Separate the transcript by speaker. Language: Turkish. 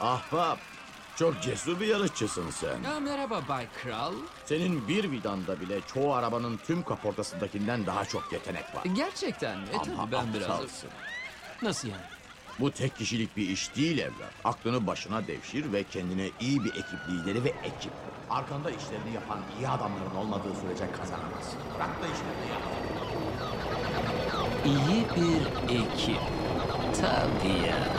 Speaker 1: Ahbap, çok cesur bir yarışçısın sen.
Speaker 2: Ya merhaba Bay Kral.
Speaker 1: Senin bir vidanda bile çoğu arabanın tüm kaportasındakinden daha çok yetenek var.
Speaker 2: Gerçekten mi? E
Speaker 1: Ama
Speaker 2: tabii ben biraz...
Speaker 1: aptalsın.
Speaker 2: Nasıl yani?
Speaker 1: Bu tek kişilik bir iş değil evlat. Aklını başına devşir ve kendine iyi bir ekip lideri ve ekip. Arkanda işlerini yapan iyi adamların olmadığı sürece kazanamazsın. Bırak da işlerini yap.
Speaker 2: İyi bir ekip. Tabii ya.